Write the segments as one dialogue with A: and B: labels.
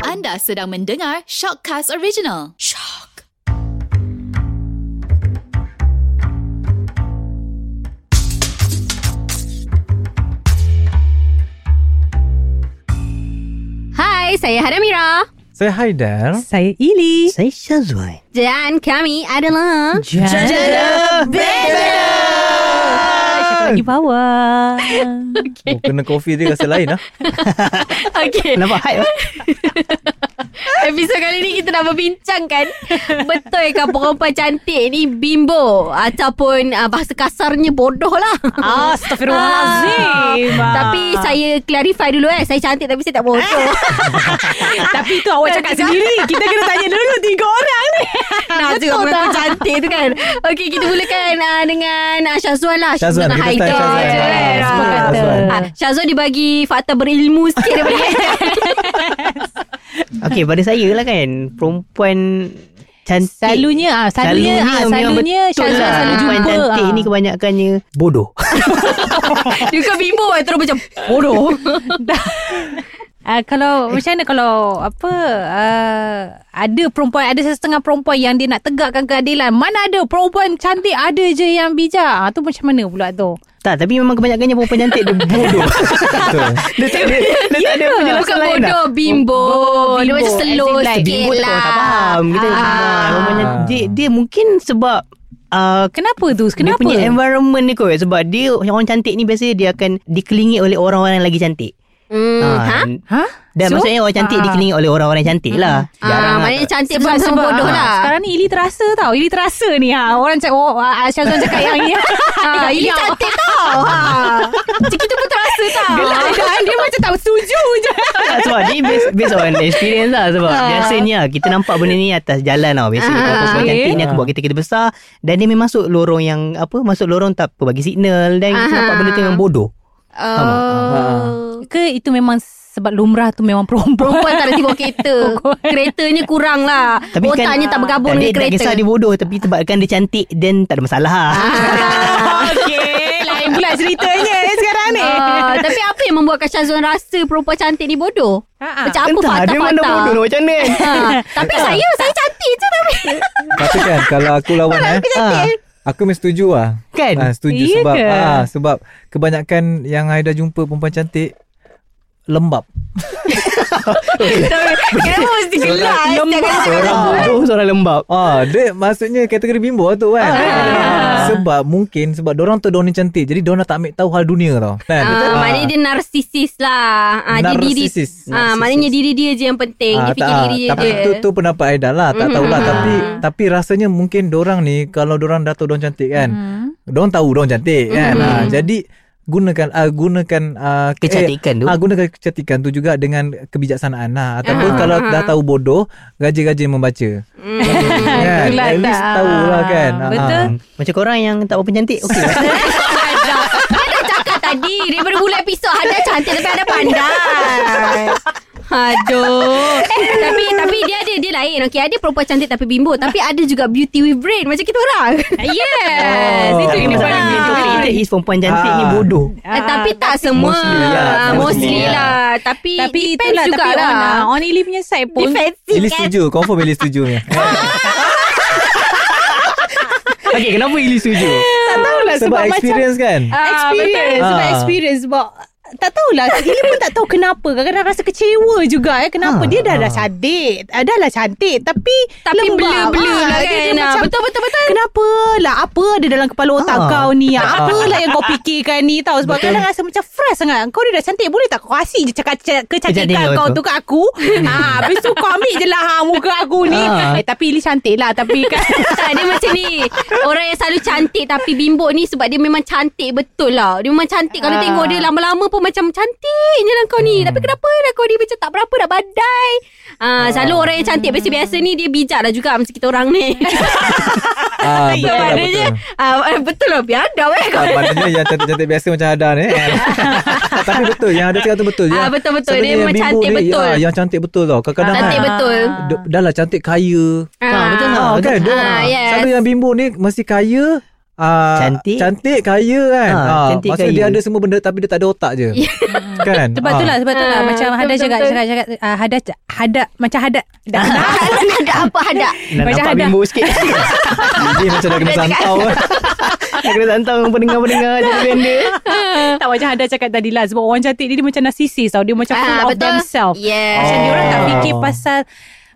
A: Anda sedang mendengar Shockcast Original. Shock.
B: Hai, saya Haramira.
C: Saya Haidar.
D: Saya Ili.
E: Saya Syazwan
B: Dan kami adalah...
D: Jada Better. Lagi bawah.
C: Okay. Oh, kena kopi dia rasa lain lah.
B: Okay,
E: Nampak hype lah
B: episod kali ni kita nak berbincangkan betul ke perempuan cantik ni bimbo ataupun uh, bahasa kasarnya bodoh lah.
D: Astaghfirullahalazim.
B: Ah. Tapi saya clarify dulu eh, saya cantik tapi saya tak bodoh.
D: Tapi tu awak cakap sendiri. Kita kena tanya dulu tiga orang ni.
B: Nah, juga
D: Betul
B: perempuan
D: tak?
B: cantik tu kan. Okey, kita mulakan uh, dengan uh, Syazwan lah.
C: Syazwan,
B: dengan
C: kita tanya
B: Haidar
C: Syazwan.
B: je kan.
C: Ah,
B: Semua
C: Syazwan.
B: kata.
C: Syazwan.
B: Ah, Syazwan dibagi fakta berilmu sikit daripada Haidar.
E: Okay pada saya lah kan Perempuan cantik
D: Selalunya ah selalunya ah
E: memang
D: selalunya
E: betul
D: Syazwan
E: lah.
D: selalu
E: Perempuan
D: jumpa.
E: cantik
D: ah.
E: ni kebanyakannya Bodoh
B: Dia kan bimbo eh, terus macam bodoh.
D: Ah, kalau macam mana kalau apa ah, ada perempuan ada setengah perempuan yang dia nak tegakkan keadilan. Mana ada perempuan cantik ada je yang bijak. Ah tu macam mana pula tu?
E: Tak tapi memang kebanyakannya Perempuan cantik dia bodoh
C: Betul.
E: Dia tak ada Dia tak
D: Ya,
E: ada
B: Bukan
E: penjelasan lain lah
B: bodoh, bimbo. Dia
D: bimbo.
B: macam slow
D: As in like
B: sikit
E: Bimbo
B: lah.
E: tu orang tak faham Kita
D: Ah.
E: ah. Perempuan cantik dia, dia mungkin sebab uh,
D: Kenapa tu?
E: Dia
D: Kenapa?
E: punya environment ni kot Sebab dia Orang cantik ni biasanya Dia akan dikelilingi oleh orang-orang yang lagi cantik Ah,
B: Hmm, ha?
D: ha?
E: Dan so, maksudnya orang
D: Ah.
E: cantik
D: Hmm.
E: uh, dikelilingi oleh orang-orang yang cantik lah.
B: Ah, maknanya cantik sebab, sebab bodoh
D: ah,
B: lah.
D: Sekarang ni Ili terasa tau Ili terasa ni ha. Orang cakap oh, ah, Syazwan cakap yang ni
B: Ah,
D: ha,
B: ini cantik tau. Ha. Macam kita pun terasa tau.
D: Dia macam tak setuju je
E: Tak sebab ni based, based on experience lah sebab biasanya kita nampak benda ni atas jalan tau biasa
B: Ha. Ah,
E: kalau perempuan
D: okay.
E: cantik ni aku buat kita-kita besar dan dia memang masuk lorong yang apa masuk lorong tak apa bagi signal dan kita
B: Ah.
E: nampak benda tu memang bodoh Ha.
B: Oh.
D: Ke itu memang Sebab lumrah tu memang perempuan
B: Perempuan tak ada tibok kereta. Keretanya kurang lah. Otaknya tak bergabung dengan
E: kan tak, dia tak
B: kereta. Ah,
E: kisah dia bodoh tapi sebabkan dia cantik then tak ada masalah
D: Okay Lain pula ceritanya eh, sekarang ni
B: Ah, tapi apa yang membuatkan Syazwan rasa perempuan cantik ni bodoh?
D: Ah, ah.
B: Macam apa
E: Entah dia mana
B: fakta-fakta?
E: bodoh nak macam mana kan
B: Ha, tapi saya, saya cantik je tapi.
C: Tapi kan kalau aku lawan eh.
E: Ah,
C: Aku mesti setuju lah.
E: Kan?
C: Ah, setuju
D: Ya
C: sebab
D: ke?
C: ah, sebab kebanyakan yang Haidar jumpa perempuan cantik lembab.
B: Kenapa mesti gelap? Setiap kali cakap
E: Seorang
B: bodoh.
E: bodoh seorang lembab
C: Ah, dia maksudnya kategori bimbo lah tu kan. Sebab mungkin sebab orang tu dorang ni cantik. Jadi dorang tak ambil tahu hal dunia tau. Kan?
B: Ah, maknanya dia narsisis lah. Ah, dia diri.
C: Narsisis.
B: Ah, maknanya diri dia je yang penting. Eh,
C: Ah,
B: Dia fikir
C: ah,
B: diri dia
C: tapi
B: je.
C: tu tu pendapat Aida lah tak tahulah tapi tapi rasanya mungkin dorang ni kalau dorang dah tahu dorang cantik kan dorang tahu dorang cantik kan Ah, jadi gunakan ah, gunakan ah, ke-
E: Kecantikan tu.
C: ah, gunakan kecantikan tu juga dengan kebijaksanaan lah ataupun kalau dah tahu bodoh rajin-rajin membaca kan
D: Itulah
C: at least
D: tak.
C: tahulah kan Ah,
D: Betul.
C: ah.
E: macam korang yang tak berapa cantik okey
B: Dia dah cakap tadi. Daripada mula episod. Ada cantik tapi ada pandai. Aduh. tapi tapi dia ada dia lain. Okey, ada perempuan cantik tapi bimbo. Tapi ada juga beauty with brain macam kita orang.
D: Ah, Yes
C: Oh.
D: Itu yang
E: Tapi
D: dia
E: masalah
D: paling
E: yang topik
B: Ah.
E: kita is perempuan cantik ni
C: Ah.
E: bodoh
B: Eh, tapi tak semua.
E: mostly lah.
B: Ah,
E: Mostly
B: Mostly lah. Tapi
D: Tapi
B: depends
D: itulah Tapi
B: jugalah.
D: on, ah, on Ili punya side pun
B: Defensive
C: Ili
B: kan?
C: setuju Confirm Ili setuju ni
E: okey kenapa Ili setuju
D: Tak tahulah
C: Sebab experience kan
D: experience
C: betul.
D: sebab
C: Ah.
D: experience sebab tak tahulah Ili pun tak tahu kenapa Kadang-kadang rasa kecewa juga eh. Kenapa
C: Ah,
D: dia dah dah
C: ah.
D: cantik ah, Dah lah cantik Tapi
B: Tapi
D: lembab.
B: blur-blur
D: Ah,
B: lah
D: dia-
B: kan.
D: dia
B: Ah,
D: macam,
B: betul, betul, betul.
D: Kenapa lah Apa ada dalam kepala otak
E: Ah.
D: kau ni Apa lah yang kau fikirkan ni tau Sebab kadang rasa macam fresh sangat Kau ni dah cantik Boleh tak kau kasih je cakap cakap- Kecantikan
E: Kecantikan
D: kau
E: kau
D: tu kat aku ha, Habis tu kau ambil je lah ha, Muka aku ni
E: Ah.
D: eh, Tapi Ili cantik lah Tapi kan
B: tak, dia macam ni Orang yang selalu cantik Tapi bimbo ni Sebab dia memang cantik Betul lah Dia memang cantik Kalau
D: Ah.
B: tengok dia Lama-lama pun macam Cantik je lah kau ni Tapi kenapa lah kau ni Macam tak berapa Nak badai ah, Selalu orang yang cantik Biasa-biasa ni Dia bijak lah juga Macam kita orang ni
C: ah, Betul lah
B: Maknanya,
C: betul
B: ah, Betul lah Biadab eh kau
C: Ah, Maknanya yang cantik-cantik biasa macam Hadan ni eh. Tapi betul Yang ada cakap tu betul ya.
B: Ah,
C: Yang-
B: betul-betul.
C: selalunya
B: Dia ya, memang
C: bimbo
B: cantik
C: ni,
B: betul. Ah,
C: ah, Yang cantik betul tau Kadang-kadang
B: Cantik
C: kan,
B: betul
C: d- Dah lah cantik kaya
B: Ah,
C: Ah, kan? Dia-
B: Ah, yes.
C: Selalu yang bimbo ni Mesti kaya uh,
E: Cantik.
C: Cantik kaya kan.
E: Ha,
C: Ha,
E: cantik,
C: maksudnya dia
E: kaya.
C: ada semua benda tapi dia tak ada otak je.
B: Ya.
C: kan?
D: Sebab itulah sebab itulah
B: Ah,
D: macam
B: betul,
D: Hada
B: betul,
D: cakap
B: betul.
D: cakap cakap ah, Hada c- Hada macam Hada dah
B: Ada apa hadap
E: Nak
D: Macam
E: nampak
D: ada-
E: bimbuk sikit
C: Jadi macam dah kena
B: Dia cakap-
C: santau. kan.
E: Nak kena santau Pendengar-pendengar Jadi benda
D: Eh, tak macam Hada cakap tadi lah sebab orang cantik ni dia macam narcissist tau dia macam full
B: Ah,
D: of
B: betul.
D: themselves.
B: Yeah.
D: Macam diorang tak
E: Oh.
D: fikir pasal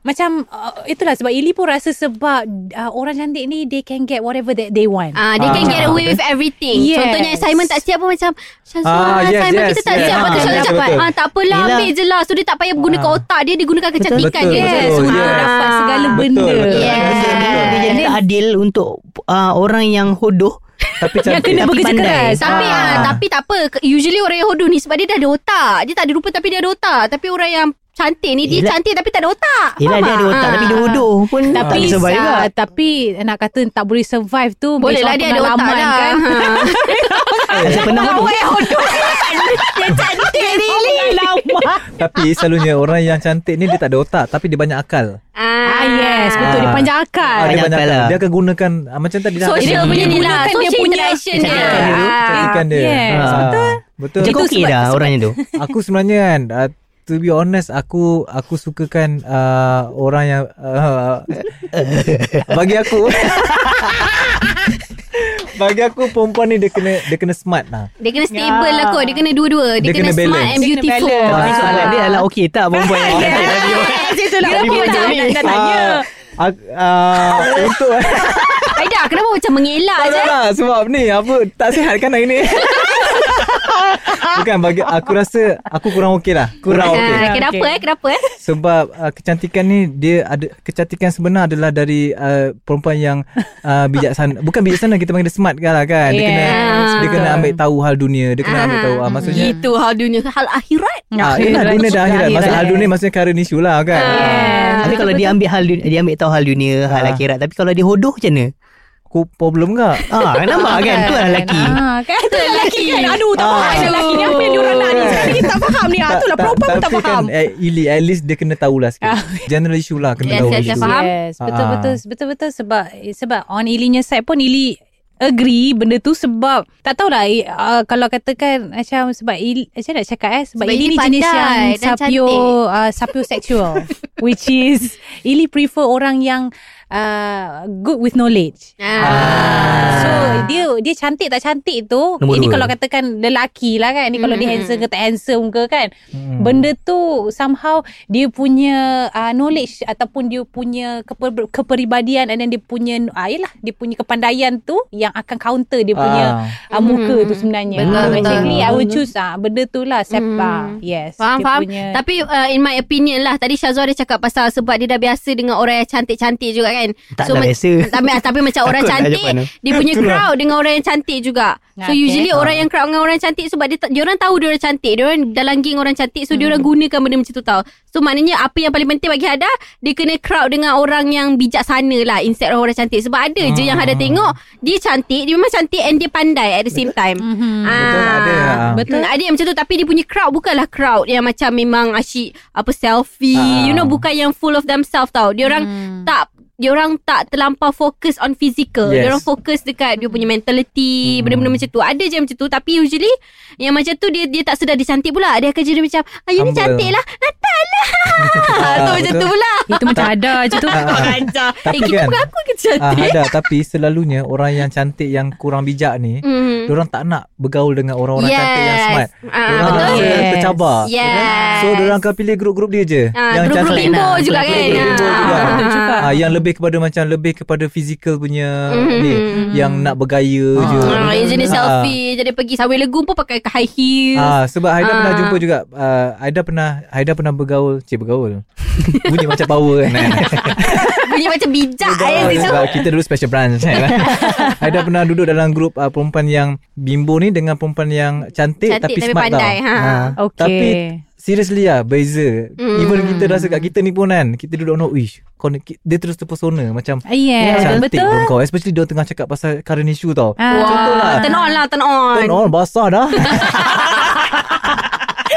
D: macam uh, itulah sebab Ili pun rasa sebab uh, orang cantik ni they can get whatever that they want.
B: Ah, they can
E: Ah.
B: get away with everything.
D: Yes.
B: Contohnya assignment tak siap pun macam Syazwan,
C: Ah, yes,
B: assignment
C: yes,
B: kita tak
C: yes.
B: siap. Lepas tu
E: Ah,
B: Syazwan
E: betul,
B: cakap,
C: betul.
B: ah, tak apalah,
E: Yelah.
B: ambil je lah. So, dia tak payah gunakan
C: Ah.
B: otak dia, dia gunakan kecantikan
C: Betul,
B: dia.
D: yes,
C: betul,
D: semua
C: yes.
D: orang dapat segala benda.
C: Betul, betul.
B: Yes.
E: Dia jadi tak adil Untuk ah, orang yang hodoh
C: Tapi
D: Yang
C: cantik.
D: kena
E: Tapi
D: bekerja
E: pandai.
D: keras.
B: Tapi ah.
C: Ah.
B: tapi tak apa. Ke- Usually orang yang hodoh ni sebab dia dah ada otak. Dia tak ada rupa tapi dia ada otak. Tapi orang yang cantik ni dia
E: Yelah.
B: cantik tapi tak ada otak.
E: Yelah
B: Faham Ah.
E: dia ada
B: tak?
E: otak Tapi dia hodoh pun Tak
D: Ah. Tapi
E: boleh survive juga
D: ah, tapi nak kata tak boleh survive tu
B: Boleh
D: based
B: lah
D: on
B: dia ada otak
D: pengalaman
B: lah. Kan?
E: Saya pernah hodoh
D: Awak yang hodoh
B: dia cantik ni.
D: Pengalaman
C: Tapi selalunya orang yang cantik ni dia tak ada otak tapi dia banyak akal.
D: Ah yes Betul dia
C: Ah.
D: panjang
C: Ah,
D: akal
C: dia
E: Banyak
C: banyak
E: akal
C: akal.
E: lah.
C: Dia akan gunakan ah, macam tadi dah.
B: Social
C: Dia
B: punya ni lah.
D: gunakan dia
B: Social
D: punya-
B: interaction dia.
E: Cantikkan dia dulu,
B: Ah.
C: Cantikkan dia.
D: Yes,
C: Ah,
D: betul.
C: Betul.
E: Macam
D: Itu
E: okey
D: sebab-
E: dah
D: sebab-
E: orangnya tu
C: aku sebenarnya kan uh, to be honest aku aku sukakan uh, orang yang uh, bagi aku bagi aku perempuan ni dia kena dia kena smart lah.
B: Dia kena stable
D: Ya.
B: lah kot. Dia kena dua-dua. Dia,
C: Dia
B: kena,
C: kena
B: smart
C: balance.
B: and
D: Dia kena
B: beautiful.
D: balance.
E: Tapi
D: Ah.
E: soalan dia adalah Okey tak perempuan yang cantik tadi
D: Yes, itulah.
B: Dia
D: Tapi
B: pun
D: macam
B: macam
D: nak- nak tanya.
B: Ah.
C: Uh, uh, untuk
B: Aida, kenapa macam mengelak
C: tak
B: je?
C: lah sebab ni apa tak sihat kan hari ni. Bukan bagi aku rasa aku kurang okey lah. Kurang okey.
B: Ah, kenapa
D: Okey.
B: eh? Kenapa eh?
C: Sebab uh, kecantikan ni dia ada kecantikan sebenar adalah dari uh, perempuan yang uh, bijaksana. Bukan bijaksana kita panggil dia smart kan lah kan. Dia kena
B: Yes,
C: dia kena ambil tahu hal dunia, dia kena ambil tahu ah, maksudnya
B: Itu hal dunia hal akhirat.
C: Ah, eh, lah, dunia dah akhirat. Masa hal dunia maksudnya current issue lah kan.
B: Ah.
E: Tapi kalau dia ambil hal dunia, Dia ambil tahu hal dunia Hal
C: Ah.
E: akhirat Tapi kalau dia hodoh macam mana
C: Aku problem enggak?
E: Ah, nampak kan tu lah lelaki.
D: Ah, kan tu lelaki kan. Aduh, tak
C: Ah.
D: faham ni lelaki ni apa yang diorang nak ni. Sekarang ni tak faham ni. Ah,
C: Tak-
D: itulah
C: tak-
D: perempuan pun tak
C: tapi
D: faham.
C: Kan, eh, Ili, at least dia kena tahulah sikit.
D: Ah.
C: General issue lah kena
B: Yes,
C: tahu
B: yes,
C: issue.
B: yes, faham.
D: Yes, betul
C: Ah.
D: betul betul betul sebab sebab on Ilinya side pun Ili agree benda tu sebab tak tahulah eh, uh, kalau katakan macam sebab Ili, macam nak cakap eh sebab,
B: Sebab
D: Ili,
B: Ili pandai
D: jenis yang
B: dan
D: sapio uh, sapio sexual which is Ili prefer orang yang uh, good with knowledge.
B: Ah.
C: Ah.
D: So dia dia cantik tak cantik tu
E: Nombor
D: ini
E: dua.
D: kalau katakan lelaki lah kan ini kalau dia handsome ke tak handsome ke kan
C: Hmm.
D: benda tu somehow dia punya uh, knowledge ataupun dia punya keper, keperibadian and then dia punya uh, yalah dia punya kepandaian tu yang akan counter dia punya
C: Ah.
D: uh, muka
B: Hmm.
D: tu sebenarnya
B: Betul,
D: Ah,
B: betul.
D: basically I would choose uh, benda tu lah sep,
B: Hmm.
D: ah, yes
B: Faham,
D: dia
B: faham.
D: punya,
B: Tapi uh, in my opinion lah Tadi Syazwa dia cakap pasal Sebab dia dah biasa Dengan orang yang cantik-cantik juga kan
E: Tak dah
B: ma-
E: biasa.
B: tapi, tapi macam orang
E: Takut lah
B: cantik
E: jawapan tu.
B: Dia punya crowd Dengan orang yang cantik juga So
D: Okay.
B: usually orang yang crowd Dengan orang yang cantik Sebab dia, ta- dia orang tahu Dia orang cantik Dia orang dalam geng orang cantik So dia orang gunakan benda macam tu tau So maknanya Apa yang paling penting bagi Hada Dia kena crowd dengan orang yang Bijaksana lah Instead of orang cantik Sebab ada je yang Hada tengok Dia cantik Dia memang cantik And dia pandai At the same time
C: Betul, ada. Ah.
B: Betul. Hmm, ada yang macam tu tapi dia punya crowd bukanlah crowd yang macam memang asyik apa selfie,
C: Ah. Hmm.
B: you know bukan yang full of themselves tau. Dia orang tak dia orang tak terlampau fokus on physical. Yes. Dia
C: Yes. Hmm.
B: orang fokus dekat dia punya mentality, benda-benda macam tu. Ada je macam tu tapi usually yang macam tu dia dia tak sedar dia cantik pula. Dia akan jadi macam, "Ah, you ni
C: Humble.
B: cantik lah." Ah, tak lah. so
C: Ah,
B: macam tu
C: betul.
B: pula.
D: itu macam ada je tu
C: Ah, ah.
B: eh,
C: Tapi
B: kita
C: kan-
B: bukan aku yang cantik.
C: Ah, ada tapi selalunya orang yang cantik yang kurang bijak ni
B: Mm.
C: Diorang tak nak bergaul dengan orang-orang
B: Yes.
C: Ah. cantik yang smart.
B: Ah,
C: Diorang
B: betul.
C: rasa
D: Yes.
C: tercabar.
B: Yes.
C: So diorang akan pilih grup-grup dia je.
B: Ah, grup-grup
E: cantik
B: bimbo
E: lah.
B: juga kan.
E: Grup-grup
C: bimbo
B: Ah,
C: juga.
B: betul juga.
C: Ah, yang lebih kepada macam lebih kepada fizikal punya
B: Mhm.
C: ni yang nak bergaya je.
B: Ah, yang jenis
C: Ah.
B: selfie Jadi pergi sawit legum pun pakai high heels
C: Ah sebab Haida
B: Ah.
C: pernah jumpa juga uh, Haida pernah Haida pernah bergaul, cik bergaul. Bunyi macam power kan.
B: Bunyi macam bijak eh situ
C: Sebab kita dulu special branch kan. Haida pernah duduk dalam grup uh, perempuan yang bimbo ni dengan perempuan yang cantik,
B: Cantik
C: tapi,
B: tapi
C: smart
B: pandai,
C: tau. Ah.
B: ha.
D: Okay.
C: Tapi seriously lah beza. Mm. Even kita rasa kat kita ni pun kan kita duduk no wish. Kau ni- ki- dia terus terpesona macam
D: yeah,
C: cantik
D: Ah, betul
C: pun kau especially dia tengah cakap pasal current issue tau.
D: Ah.
C: Contoh lah.
B: Turn on lah Turn on
C: Turn on basah dah.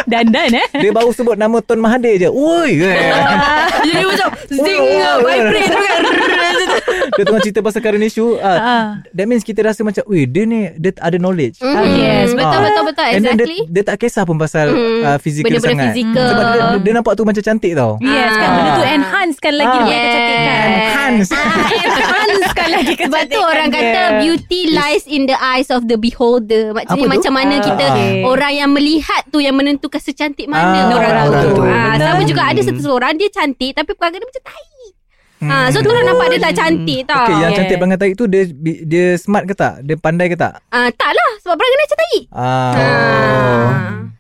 D: dan dan eh
C: dia baru sebut nama Tun Mahathir je. Oi. eh.
B: Jadi Ya, macam Zing
C: Oh, oh, oh.
B: Vibrate tu kan
C: dia tengah cerita pasal current issue uh, that means kita rasa macam weh dia ni dia ada knowledge
D: Ah, yes,
B: Mm-hmm. betul, betul, betul,
C: And then
B: exactly.
C: dia, dia tak kisah pun pasal
B: Mm.
C: uh, fizikal
B: Benda-benda
C: sangat
B: fizikal.
C: sebab dia, dia nampak tu macam cantik tau
D: Yes kan Benda tu enhance kan lagi
C: Ah.
D: Dia kecantikan
C: Hans
D: Enhance kan lagi
B: Ah, Sebab tu orang kata beauty lies in the eyes of the beholder. Maksudnya
E: Apa tu?
B: macam mana
D: Ah,
B: kita
D: okay.
B: orang yang melihat tu yang menentukan secantik mana
C: Ah,
B: orang,
C: orang
B: tu.
C: tu.
B: Ah,
C: Betul.
B: sama juga ada satu seorang dia cantik tapi perangai dia macam tai. Ah, so tu orang nampak dia tak cantik tau.
C: Hmm. Okay, yang
D: Yeah.
C: cantik banget tadi tu dia bi- dia smart ke tak? Dia pandai ke tak?
B: Ah, tak lah sebab perangai dia macam tai.
C: Ah.
B: Ah.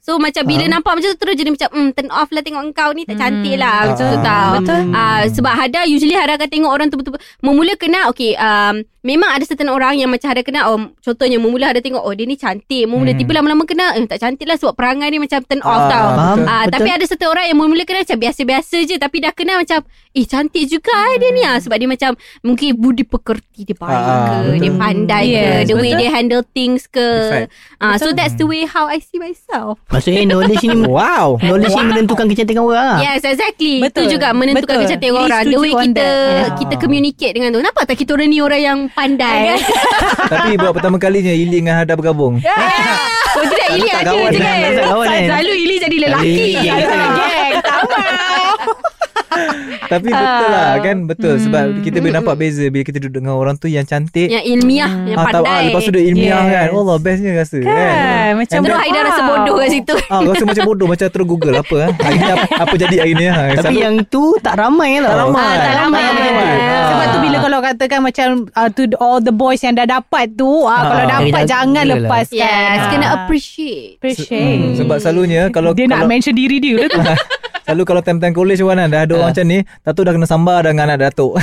B: So macam bila nampak macam tu terus jadi macam mm, turn off lah tengok engkau ni tak cantik lah macam tu
C: Ah,
B: tau.
D: betul.
B: Ah, sebab Hada usually Hada akan tengok orang tu betul-betul memula kenal okay um, memang ada certain orang yang macam Hada kenal oh, contohnya memula Hada tengok oh dia ni cantik memula
C: Hmm.
B: tiba lama-lama kenal eh, tak cantik lah sebab perangai ni macam turn off
C: Ah,
B: tau.
E: Faham?
B: Ah, tapi ada satu orang yang mula-mula kenal macam biasa-biasa je tapi dah kenal macam eh cantik juga eh dia ni ah sebab dia macam mungkin budi pekerti dia baik ke
C: Ah, betul.
B: dia pandai
D: Yes,
B: ke the way
D: betul.
B: they handle things ke
C: Perfect.
B: ah so that's the way how I see myself
E: Maksudnya knowledge ni
C: Wow.
E: knowledge ni Oh, menentukan kecantikan orang lah.
B: yes exactly
D: Betul.
B: itu juga menentukan
D: Betul.
B: kecantikan
D: Really
B: orang the
D: setuju
B: way
D: on
B: kita
D: that.
B: kita communicate dengan tu nampak tak kita orang ni orang yang pandai
C: Tapi buat pertama kalinya Ili dengan Hada bergabung.
B: oh tidak Ili
E: tak
B: ada
E: kawan
B: je
E: dah,
B: kan
E: tak kawan kan.
B: selalu Ili jadi lelaki
E: Ili, ya, betul.
B: Geng, tak apa
C: Tapi betul lah
B: Ah.
C: kan betul sebab
B: Hmm.
C: kita boleh nampak beza bila kita duduk dengan orang tu yang cantik.
B: yang ilmiah yang
C: tahu, ah,
B: pandai
C: lepas tu dia ilmiah
D: Yes.
C: kan. Allah bestnya rasa kan.
D: Kan, macam
C: And
B: Terus
C: then-
B: Haida rasa
D: Wow.
B: bodoh kat situ
C: Ah, rasa macam bodoh macam terus Google apa ah. Hari ni apa, apa jadi hari ni ah.
E: Tapi ya, eh.
C: Selalu-
E: yang tu tak ramai lah.
C: Tak ramai. Ah.
E: Ah,
D: tak ramai. Ah. Sebab tu bila kalau katakan macam uh, to all the boys yang dah dapat tu, uh, kalau
C: Ah,
D: dapat
E: jaga
D: jangan
E: lah.
D: lepaskan.
B: Yes
D: Ah.
B: Kena appreciate
D: appreciate.
C: Hmm, sebab selalunya kalau
D: dia nak
C: kalau, Ah.
D: mention diri dia lah tu.
C: Selalu kalau time-time college pun kan Dah ada orang macam ni Tak tahu dah kena sambar dengan anak datuk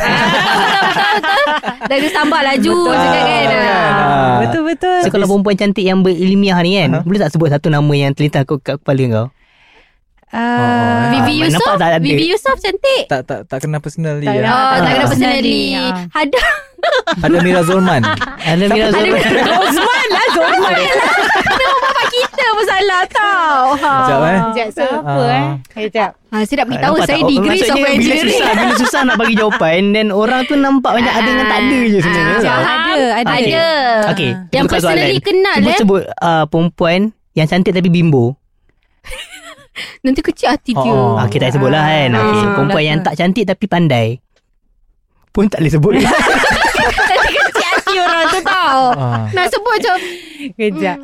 B: Dah dia sambal laju Cakap kan
C: Ah.
D: Betul betul.
E: So kalau perempuan cantik yang berilmiah ni kan, boleh tak sebut satu nama yang terlintas kat kat kepala kau?
D: Ah,
B: Vivi
E: Ah,
B: Yusof
E: nampak tak ada?
B: Vivi Yusof cantik
C: eh. Tak tak tak kena personal
D: Tak
C: dia
D: nak.
B: Oh tak kena
D: Ah.
B: personally
D: Ah.
B: Hada
C: Ada Mira Zulman
E: Ada Mira Zulman.
D: Osman lah Osman.
B: Kita pun salah tau ha.
C: Sekejap eh
D: Sekejap siapa
C: Ah.
D: eh? Sekejap.
B: ha, Saya nak beritahu
E: Nampak
B: Saya
E: tak? Oh,
B: degree
E: Maksudnya
B: software
E: bila
B: engineering
E: susah, bila susah nak bagi jawapan Then orang tu nampak macam ada dengan tak ada je sebenarnya
B: Ah,
E: tau.
B: faham?
D: Ada, ada.
B: Ada
E: Okay
B: Yang
E: tukar
B: personally
E: soalan.
B: kenal
E: Cuba
B: eh
E: sebut uh, perempuan yang cantik tapi bimbo
B: Nanti kecil hati dia
C: Oh.
E: ah, Kita tak sebut lah
B: Ah,
E: kan okay.
B: sebut lah
E: Perempuan yang
D: tu.
E: tak cantik tapi pandai Pun tak boleh sebut
B: Nanti Kan kecil hati orang tu tau
C: Ah.
B: Nak sebut macam
C: eh.
D: Sekejap.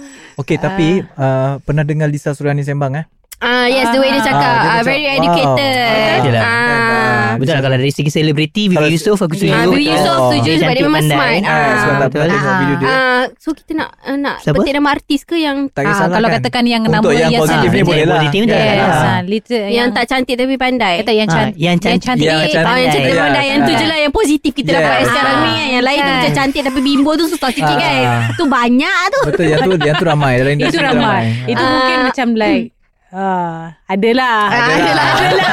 C: Okey tapi uh, pernah dengar Lisa Suriani sembang eh?
B: Ah yes, the way dia cakap.
C: Ah, dia
B: Ah,
C: macam,
B: very
C: wow.
B: educated.
E: Okey lah.
B: Ah.
E: Betul lah kalau dari segi selebriti
C: Kalau-
E: Vivi Yusof aku setuju
B: Ah, Vivi Yusof
E: Oh.
B: setuju sebab dia
E: cantik,
B: memang
E: pandai.
B: smart.
E: Ah,
B: Ah.
C: Sebab tak
E: betul.
C: pernah tengok video dia
B: Ah, so kita nak uh, nak
E: Siapa?
B: petik nama artis ke yang
C: Tak
D: Ah,
C: kisahlah
D: kalau
C: kan.
D: katakan yang
C: Untuk
D: nama
C: yang
D: yang
C: positif ni
E: Ah,
C: boleh lah
E: Positif ni
D: Yes.
E: dah
D: yes.
E: lah.
D: Ah, little,
B: yang, tak cantik tapi pandai?
D: kata yang,
E: Ah,
D: cantik.
E: yang cantik.
D: cantik.
B: Eh,
C: Yang
B: ah, yang
E: cantik.
B: cantik
C: Yes.
B: pandai. Yang tu
C: Ah.
B: je lah yang positif kita
C: Yes.
B: dapat
C: Ah.
B: sekarang ni. kan. Yang
D: Ya.
B: lain tu macam cantik tapi bimbo tu susah sikit
C: Ah.
B: kan. Tu banyak tu.
C: Betul yang tu yang tu ramai dalam
D: Itu
C: industri
D: ramai. Itu
B: Ah.
D: mungkin macam like ah, adalah.
C: Adalah.
D: Adalah.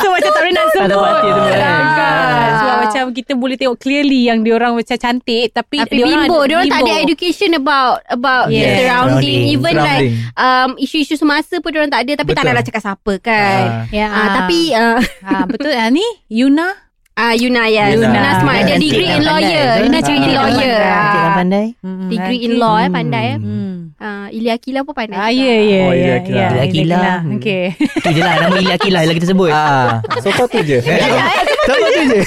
D: so macam tak boleh nak
E: Tak
D: sebut.
E: dapat dia tu kan.
D: Ah, Sebab macam kita boleh tengok clearly yang dia orang macam cantik tapi,
B: Tapi bimbo, dia orang tak ada education about about
D: Yes.
B: the surrounding,
E: Surrounding.
B: even
C: Surrounding.
B: like um, isu-isu semasa pun dia orang tak ada tapi tak
C: Betul.
B: nak nak cakap siapa kan.
D: Ya.
B: Ah, tapi uh,
D: ah, betul ah ni Yuna
B: Ah, Yuna yes.
C: Yuna. lah,
B: Yuna, smart. Dia
E: Cantik
B: degree in
E: dan pandai.
B: lawyer.
E: Betul. Ah,
B: Yuna degree in
D: Cantik dan
B: lawyer.
D: Ah, pandai.
E: Cantik dan pandai
D: Mm,
B: Degree in
D: nanti.
B: law eh pandai eh.
D: Hmm.
B: Ah, Ili Akila pun pandai.
D: Ah
B: juga.
D: ya ya
C: Oh, Ila
D: ya.
C: Akila.
E: Ila Akila.
D: Okey.
E: Itu je lah Nama Ila Akila Yang kita
B: Hmm.
E: sebut
C: Ah, so kau tu je. eh?
E: Sama tu je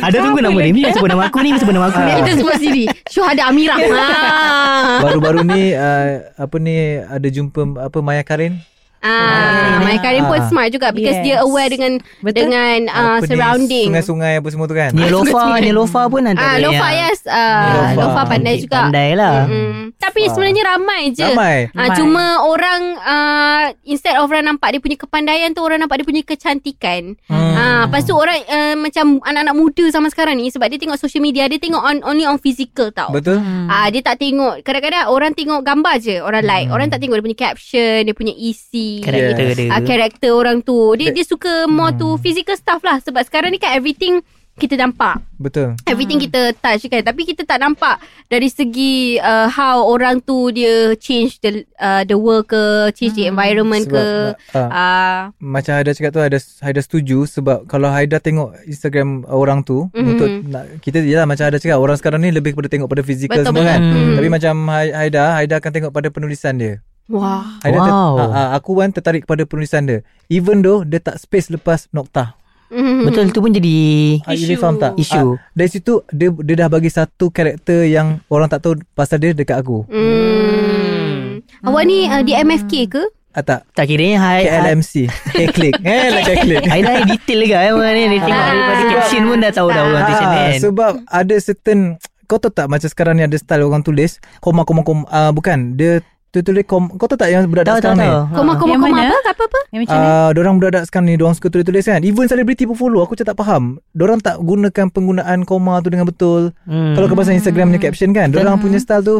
E: Ada tunggu nama dia Ni yang sebut nama aku ni Yang sebut nama aku ni
B: Kita semua sendiri. Syuhada Amirah.
D: Ya.
B: ah.
C: Baru-baru ni uh, apa ni ada jumpa apa Maya Karin?
B: ah, Maya Karim pun
C: Ah.
B: smart juga because
D: Yes.
B: dia aware dengan
D: Betul.
B: dengan ah,
C: Apa ni,
B: surrounding.
C: Sungai-sungai apa semua tu kan?
E: Nilofa Nilofa pun
B: Ah,
E: antara
B: Lofa
E: yang
B: yes. Ah,
C: Lofa.
B: Lofa pandai
E: Cantik,
B: juga.
E: Ya. Pandai lah
B: Mm. Tapi sebenarnya ramai je.
C: Ramai.
B: Ah,
D: Ramai.
B: cuma orang uh, instead of orang nampak dia punya kepandaian tu orang nampak dia punya kecantikan.
C: Hmm.
B: Ah, lepas tu orang uh, macam anak-anak muda zaman sekarang ni sebab dia tengok social media dia tengok on, only on physical tau.
C: Betul?
B: Ah dia tak tengok kadang-kadang orang tengok gambar je orang like orang tak tengok dia punya caption dia punya E isi
E: Karakter
C: Yes.
E: dia
B: ah, karakter orang tu dia dia suka more to physical stuff lah sebab sekarang ni kan everything kita nampak
C: Betul
B: Everything hmm. kita touch kan Tapi kita tak nampak Dari segi uh, How orang tu Dia change the uh, the world ke Change the environment
C: Sebab,
B: ke
C: ah,
B: uh,
C: macam Haida cakap tu Haida, Haida setuju sebab kalau Haida tengok Instagram orang tu
B: Mhm.
C: mm-hmm. untuk nak, kita jelah macam Haida cakap orang sekarang ni lebih kepada tengok pada fizikal
B: Betul,
C: semua
B: betul.
C: kan
B: Hmm.
C: tapi macam Hai- Haida Haida akan tengok pada penulisan dia
B: Wah
C: Haida
E: Wow.
C: ter, ha, ha, aku kan tertarik kepada penulisan dia even though dia tak space lepas noktah
B: Mhm.
E: Betul tu pun jadi
B: Mm.
C: Ah, you faham tak? Ah,
E: Isu.
C: dari situ dia dia dah bagi satu karakter yang orang tak tahu pasal dia dekat aku.
B: Hmm. Awak ni uh, di MFK ke?
C: Ah, tak.
E: Tak kiranya hai
C: KLMC. K-click. eh, lah K-click.
E: Hai dah detail juga eh orang ni Dia tengok
B: Ah.
E: daripada caption pun dah tahu dah orang tu macam
C: Ah,
E: ni kan.
C: sebab ada certain kau tahu tak macam sekarang ni ada style orang tulis koma koma koma ah, bukan dia tu tulis kom, kau tahu tak yang
E: Tahu
C: budak-budak
E: tahu
C: sekarang ni?
E: tahu.
B: Koma koma
D: Yang
B: koma
D: mana?
B: apa? Apa apa?
D: Yang macam mana?
C: Ah, orang budak-budak sekarang ni Diorang suka tulis-tulis kan Even selebriti pun follow Aku macam tak faham Diorang tak gunakan Penggunaan koma tu dengan betul
E: Hmm.
C: Kalau kau pasang Instagram punya caption kan Diorang punya style tu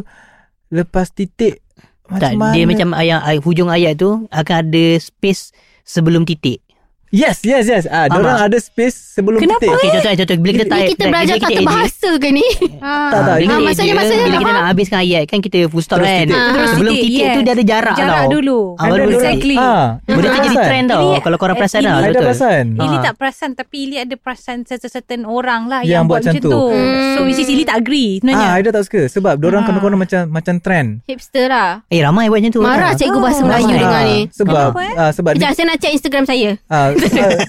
C: Lepas titik Macam
E: tak,
C: mana
E: dia macam ayat, ay- hujung ayat tu akan ada space sebelum titik.
C: Yes yes yes ah,
E: Faham
C: Diorang
E: tak?
C: ada space Sebelum
E: Okey,
C: titik
E: contoh contoh bila kita
B: Ni
E: type
B: kita belajar
E: bila
B: tata
E: edit,
B: bahasa ke ni?
C: Tak
E: Ah,
B: Ah,
C: tak
E: bila edit
B: maksudnya-
E: dia,
B: maksudnya
E: Bila
B: tak
E: kita nak habiskan ayat Kan kita full stop
C: Terus
E: kan
C: titik.
E: Ah,
D: Terus
E: Sebelum
D: titik,
E: titik
D: yes.
E: tu Dia ada jarak,
D: Jarak
E: tau
D: dulu.
E: Ah, baru
D: Ada
E: titik.
D: Exactly.
C: Ah,
E: Benda tu jadi trend tau
D: Ili-
E: Kalau korang perasan lah
D: Ili-
C: Ada
E: betul.
C: perasan
D: Ili
E: Ah.
D: tak perasan Tapi Ili ada perasan Certain-certain orang lah
C: Yang
D: Yang, buat macam tu,
B: Hmm.
D: So which is Ili tak agree
C: Ah,
D: Sebenarnya
C: Aida tak suka sebab diorang
D: Ah.
C: konon-konon macam macam trend.
B: Hipster lah
E: Eh ramai buat macam tu
B: Marah cikgu bahasa
D: Oh.
B: Melayu
E: Ah.
B: dengar ni
C: Sebab
D: Kenapa, eh?
C: ah, sebab ni,
B: Sekejap saya nak check Instagram saya
C: ah, ah,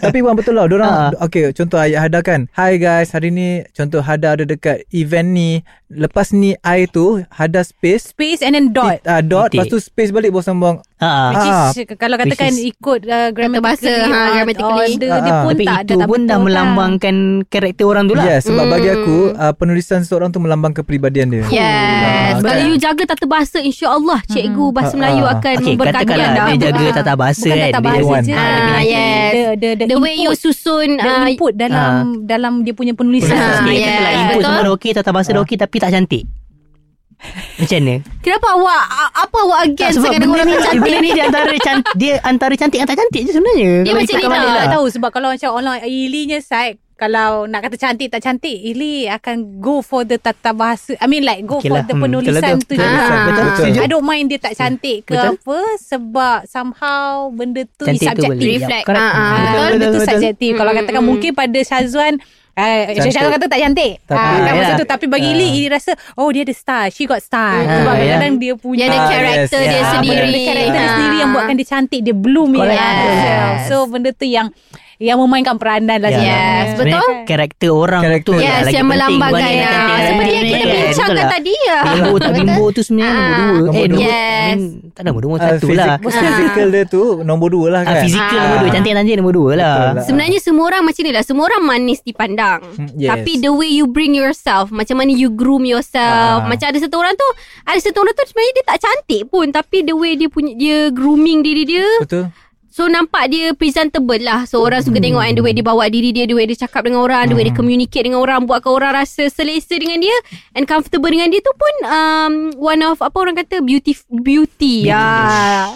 C: tapi bukan betul lah diorang
E: Ah.
C: okey contoh ayat Hada kan. Hi guys, hari ni contoh Hada ada dekat event ni. Lepas ni I tu Hada space
D: Space and then dot
C: tit- ah, dot
E: Titik.
C: lepas tu space balik bos sambung.
E: Ah.
D: Which is Kalau
E: Which
D: katakan
E: is-
D: Ikut uh, grammatically
B: bahasa, ha,
D: uh,
B: grammatically.
D: order
C: Ah,
D: Dia
C: ah.
D: pun
E: Tapi
D: tak
E: itu
D: ada, tak
E: pun dah
D: betul lah.
E: melambangkan Karakter orang tu lah
C: Yes, sebab bagi
B: Hmm.
C: aku ah, penulisan seseorang tu melambang kepribadian dia.
B: Yes
C: Ah,
B: Kalau you jaga tata bahasa InsyaAllah cikgu bahasa
C: Ah,
B: Melayu
C: ah.
B: akan
E: Okay
B: Berkaitan
E: katakanlah
B: dah
E: Dia jaga
D: Ah.
E: tata bahasa
D: Bukan
E: kan
D: tata
E: dia-
D: bahasa je
C: Ah,
E: dia-
B: Ah yes
D: The, the, the,
B: The way you
D: input,
B: susun
D: the
B: ah,
D: input dalam dalam dia "Lah, punya penulisan
B: Ah,
E: Okay,
B: yes.
E: katakanlah input
B: Betul.
E: semua dah okey Tata bahasa dah okey Tapi tak cantik Macam mana
B: Kenapa awak a- Apa awak against
E: sebab
B: Sekarang
E: benda
B: orang
E: ni
B: tak
E: Benda
B: cantik
E: ni dia antara can- Dia antara cantik Yang tak cantik je sebenarnya
B: Dia
E: Kalau
B: macam
E: ikutkan
B: ni
E: balik
B: tau,
E: lah.
D: Tak tahu sebab kalau macam orang Ilinya side kalau nak kata cantik tak cantik Ili akan go for the tata bahasa I mean like go
E: Okey
D: for
E: lah.
D: the
E: Hmm,
D: penulisan
E: betul
D: tu
E: lah
D: je
E: tu.
B: Ah.
E: Betul,
C: Betul.
E: setuju.
D: I don't mind dia tak cantik ke
E: Betul.
D: apa sebab somehow benda tu is
E: Cantik tu
D: subjektif.
E: boleh.
B: Reflect.
E: Correct.
B: Ah,
E: Hmm.
B: ah,
D: Ah,
B: betul,
D: benda tu
E: betul. Hmm,
D: subjektif. Kalau
B: Mm,
D: katakan
B: mm,
D: mungkin pada Syazwan Uh,
C: Cantik.
D: Syazwan kata tak cantik
C: Tapi-
D: Ah, kan
E: Ah,
D: masa
E: ya.
D: tu Tapi bagi
C: Ah.
D: Ili Ili rasa Oh dia ada style She got style
E: Ah,
D: Sebab
E: ya.
D: kadang-kadang dia punya
B: Dia ada
C: Ah,
B: karakter
C: yes,
B: dia
C: yes.
B: sendiri
D: Ada karakter dia
B: Ah.
D: sendiri yang kan- buatkan dia cantik dia bloom in
E: Correct.
D: herself.
B: Yes.
D: so benda tu yang yang memainkan peranan lah
E: Ya.
D: sebenarnya.
B: Yes, betul.
E: Sebenarnya Karakter orang
C: Karakter.
E: tu
B: Yes
E: lagi
B: yang
E: penting
B: melambangkan
E: berbanding
B: ah.
E: cantik.
B: Seperti yang kita
E: Betul lah.
B: bincangkan
E: Betul lah.
B: tadi ya.
E: Bimbo tak bimbo tu sebenarnya
B: Ah.
E: nombor dua Eh
C: Nombor
E: nombor
B: dua.
E: I mean, Tak ada nombor dua
C: Ah,
E: Satu lah
C: fizik- Physical dia tu nombor dua lah
E: Ah,
C: kan.
E: Fizikal
B: Ah.
E: nombor dua Cantik cantik nombor dua lah
C: Betul lah.
B: Sebenarnya semua orang macam ni lah Semua orang manis dipandang
C: Hmm, yes.
B: Tapi the way you bring yourself Macam mana you groom yourself
C: Ah.
B: Macam ada satu orang tu Ada satu orang tu sebenarnya dia tak cantik pun Tapi the way dia punya Dia grooming diri dia
C: Betul.
B: So nampak dia presentable lah So orang suka tengok And the way dia bawa diri dia The way dia cakap dengan orang The way dia communicate dengan orang Buatkan orang rasa selesa dengan dia And comfortable dengan dia tu pun um, One of apa orang kata Beauty Beauty, ya.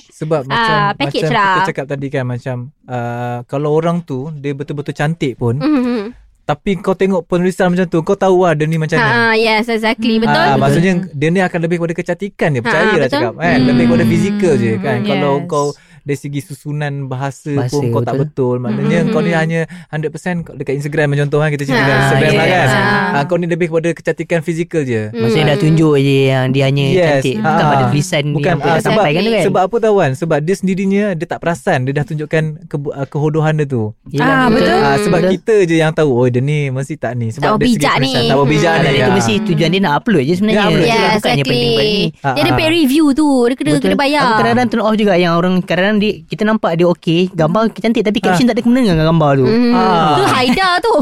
B: Ah,
C: Sebab macam
B: package
C: macam
B: lah.
C: kita cakap tadi kan macam uh, kalau orang tu dia betul-betul cantik pun mm.
B: Mm-hmm.
C: tapi kau tengok penulisan macam tu kau tahu lah dia ni macam
B: Ha,
C: mana.
B: yes exactly Betul
C: Ah, maksudnya dia ni akan lebih kepada kecantikan dia
B: Ah,
C: percaya lah
B: betul.
C: cakap kan
B: Hmm.
C: lebih kepada fizikal je kan
D: Yes.
C: kalau kau dari segi susunan bahasa,
E: Bahasa,
C: pun kau tak betul maknanya
B: Hmm,
C: kau ni hanya 100% dekat Instagram contoh kan kita cerita
B: Ah,
C: dekat Instagram lah
E: yes.
C: kan
B: Ah.
C: Ah, kau ni lebih kepada kecantikan fizikal je
B: Hmm.
E: Maksudnya dah tunjuk je Yang dia hanya cantik Bukan
C: Ah.
E: pada tulisan dia
C: Bukan
E: apa
C: ah,
E: yang dia
C: sebab,
E: sampaikan tu kan
C: sebab apa tahu kan Sebab dia sendirinya Dia tak perasan Dia dah tunjukkan ke, uh, Kehodohan dia tu
E: Yelah,
D: Ah, betul.
C: Ah, Sebab
E: Ya, Hmm. Betul.
C: kita je yang tahu Oh dia ni Mesti tak ni
B: Tak
C: Sebab dari segi
B: bijak ni.
C: penulisan, Tak bijak
E: Ah,
C: ni
E: dan itu
C: ah.
E: mesti tujuan dia nak Ya, upload je sebenarnya.
C: Dia upload
E: Itulah,
B: Yeah,
E: bukannya penting pada ni.
B: exactly.
C: Ah,
B: Dia ada
C: ah.
B: pay review tu. Dia kena,
E: Betul.
B: kena bayar.
E: Aku kadang-kadang turn off juga yang orang kadang-kadang dia, kita nampak dia okey, gambar cantik tapi caption tak ada kena dengan gambar tu.
B: Hmm,
C: Ah.
B: Tu Haida tu.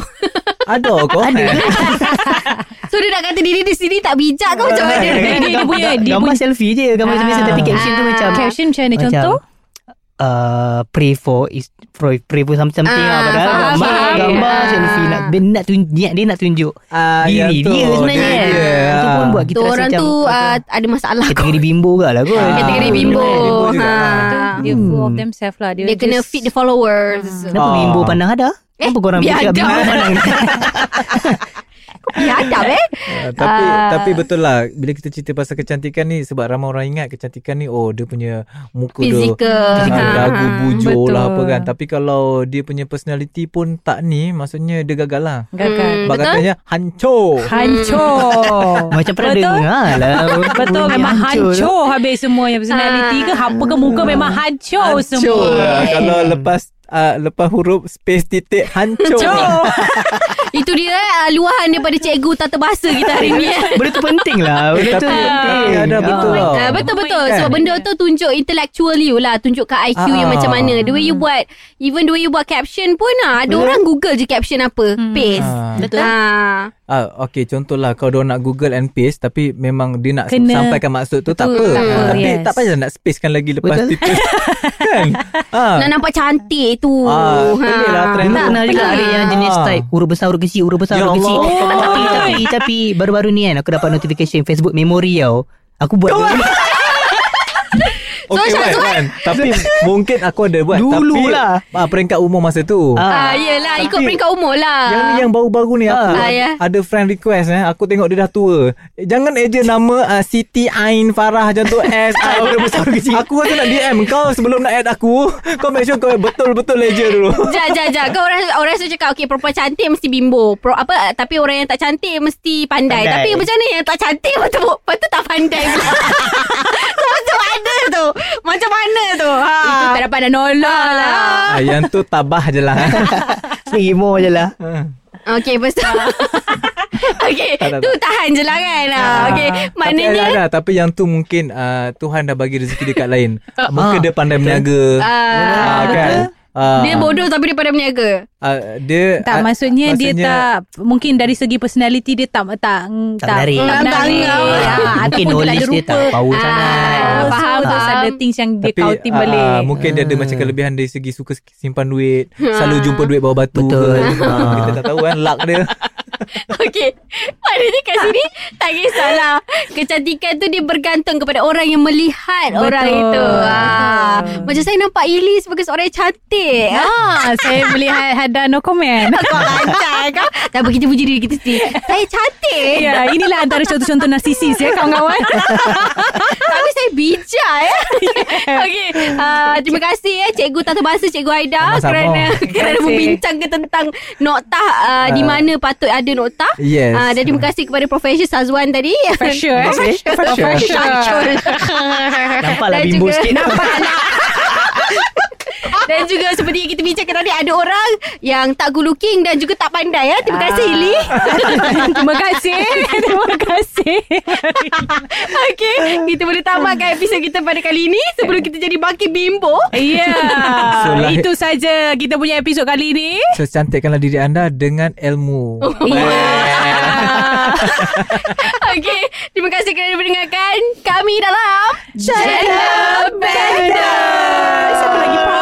C: Ada kau Ada
B: So dia nak kata diri dia sendiri tak bijak ke macam mana?
D: Dia- dia punya dia
E: Gambar
D: punya
E: selfie je, gambar
D: Ah.
E: selfie tapi caption tu
B: Ah.
E: macam
D: caption macam mana
E: macam,
D: contoh?
E: Uh, pray for is pray, pray for
B: Ah,
E: something lah padahal
B: faham,
E: gambar
B: faham.
E: gambar
B: Ah.
E: selfie nak dia nak tunjuk niat dia nak tunjuk
C: Ah,
E: diri dia sebenarnya kan. Itu pun buat kita
B: Tu
E: rasa
B: orang
E: macam
B: tu ah, ada masalah kot.
E: kategori bimbo ke lah kot.
C: Ah.
B: Kategori bimbo.
C: Bimbo juga.
B: Ha.
D: Dia full of themselves lah. Dia,
B: Dia kena
D: just-
B: feed the followers.
E: Kenapa
C: Ah.
E: bimbo pandang ada?
B: Eh,
E: Kenapa korang
B: biadab.
E: biadab pandang ni?
B: Biadab eh
C: Uh, tapi
B: Ah.
C: tapi betul lah bila kita cerita pasal kecantikan ni sebab ramai orang ingat kecantikan ni oh dia punya muka dia
E: Ha,
B: Fizikal
C: Ah, dagu bujur
D: betul.
C: lah apa kan Tapi kalau dia punya personality pun tak ni Maksudnya dia gagal lah
D: Gagal.
B: Hmm.
C: Sebab
B: betul.
C: katanya hancur
D: Hancur.
E: Macam pernah
D: Betul?
E: dengar lah
D: Betul
E: Bunyi
D: memang hancur, habis semua yang personality ke apa ke muka memang hancur, semua.
C: Ah, Kalau lepas uh, lepas huruf space titik hancur
D: Hancur.
B: Itu dia eh, luahan daripada cikgu tata bahasa kita hari ni eh.
E: Benda tu penting lah Benda tu
C: Tapi-
E: penting
C: tapi
D: Oh
C: ada betul
E: Ah.
C: lah.
B: Ah, betul betul
D: Kan?
B: sebab benda tu tunjuk intellectual you lah tunjuk kat IQ you
C: Ah.
B: macam mana the way you buat even the way you buat caption pun ah ada orang google je caption apa paste
C: Ah.
E: Betul.
B: ah
C: Ah, okay, contohlah kau dah nak Google and paste tapi memang dia nak
D: Kena.
C: sampaikan maksud tu tak apa.
D: Betul, tak apa,
C: tapi
D: yes.
C: tak payah nak spacekan lagi lepas
E: Betul.
C: titik. kan? Ah.
B: nak nampak cantik tu Ha.
C: Ah, pelik lah trend
E: Dulu
C: Tak,
E: pernah juga
B: pelik.
E: ada yang jenis
C: Ah.
E: type Huruf besar, huruf kecil, huruf besar,
C: Ya
E: huruf kecil
C: Allah.
E: Tapi, tapi, tapi baru-baru ni kan Aku dapat notification Facebook memory tau Aku buat dulu,
C: Okay,
B: Syazwan.
C: buat kan? Tapi mungkin aku ada buat. tapi,
E: Dulu lah.
C: Ah, peringkat umur masa tu.
E: Ah.
B: ah yelah ikut
C: Tapi-
B: peringkat umur lah
C: Yang yang baru-baru ni aku
B: Ah,
C: ada,
B: ya.
C: ada friend request eh. Aku tengok dia dah tua. Eh, Jangan eja nama uh, Siti Ain Farah macam tu S I huruf besar huruf kecil. Aku rasa nak DM kau sebelum nak add aku. Kau make sure kau betul-betul eja dulu.
B: Jap, jap, jap. Kau orang orang selalu cakap okay, perempuan cantik mesti bimbo. Pro, apa tapi orang yang tak cantik mesti pandai.
E: Pandai.
B: Tapi macam mana yang tak cantik patut patut tak pandai pula. tu macam mana tu? Macam mana tu? Ha.
D: Itu tak dapat nak nolak lah.
C: Ah, yang tu tabah je lah.
E: Emo je lah
B: Okay, lepas tu. okay,
C: Tak, tak,
B: tu tahan je lah kan. Ha. Okay,
C: tapi,
B: maknanya
C: ada, ada, tapi yang tu mungkin uh, Tuhan dah bagi rezeki dekat lain. Mungkin dia pandai berniaga.
B: Ah,
C: Ah, kan? Ah,
B: dia bodoh tapi dia pandai berniaga.
C: ah, dia ah,
D: Tak maksudnya, dia tak mungkin dari segi personality dia tak tak
E: Tak menarik
D: Tak menarik. Ah, ataupun dia
E: Mungkin
D: tak
E: knowledge
D: ada
E: dia
D: rupa.
E: tak power
B: Ah,
E: sangat
D: Ah, faham
B: faham.
D: tu ada things yang dia kautin
C: ah,
D: balik. Hmm. Ha.
C: ah, Mungkin dia ada macam kelebihan Dari segi suka simpan duit Selalu jumpa duit bawah batu
E: Betul.
C: ke. Ah, Kita tak tahu kan Luck dia
B: Okey. Maknanya kat sini tak kisahlah. Kecantikan tu dia bergantung kepada orang yang melihat
D: Betul.
B: orang itu. Ha.
D: Betul.
B: Macam saya nampak Ili sebagai seorang yang cantik. Ha.
D: Ah, saya melihat Hada no comment.
B: Kau lancar kau. Tak apa kita puji diri kita sendiri. Saya cantik. Yeah.
D: Ya, inilah antara contoh-contoh narsisis ya kawan-kawan.
B: Tapi saya bijak ya. Okey. Uh, terima kasih ya Cikgu Tata Bahasa Cikgu Aida
C: Sama-sama.
B: kerana kerana
D: kasih.
B: membincang ke tentang noktah uh, di
C: Ah.
B: mana patut ada noktah.
C: Yes.
B: Ah, dan terima kasih kepada Profesor Sazwan tadi.
D: Pressure eh.
B: Profesor.
E: Nampak lah
B: Dan juga-
E: bimbo
B: lah.
E: sikit Nampak
B: Dan juga seperti yang kita bincangkan tadi Ada orang yang tak good looking Dan juga tak pandai ya. Terima kasih Ili
D: Terima kasih. Terima kasih.
B: Okay Kita boleh tamatkan episod kita pada kali ini Sebelum kita jadi bangkit bimbo
D: Ya.
C: So,
D: Yeah.
C: lahir-
D: Itu saja kita punya episod kali ni.
C: So cantikkanlah diri anda Dengan ilmu
D: Oh.
B: Okay Terima kasih kerana mendengarkan Kami dalam
D: Siapa lagi Pak?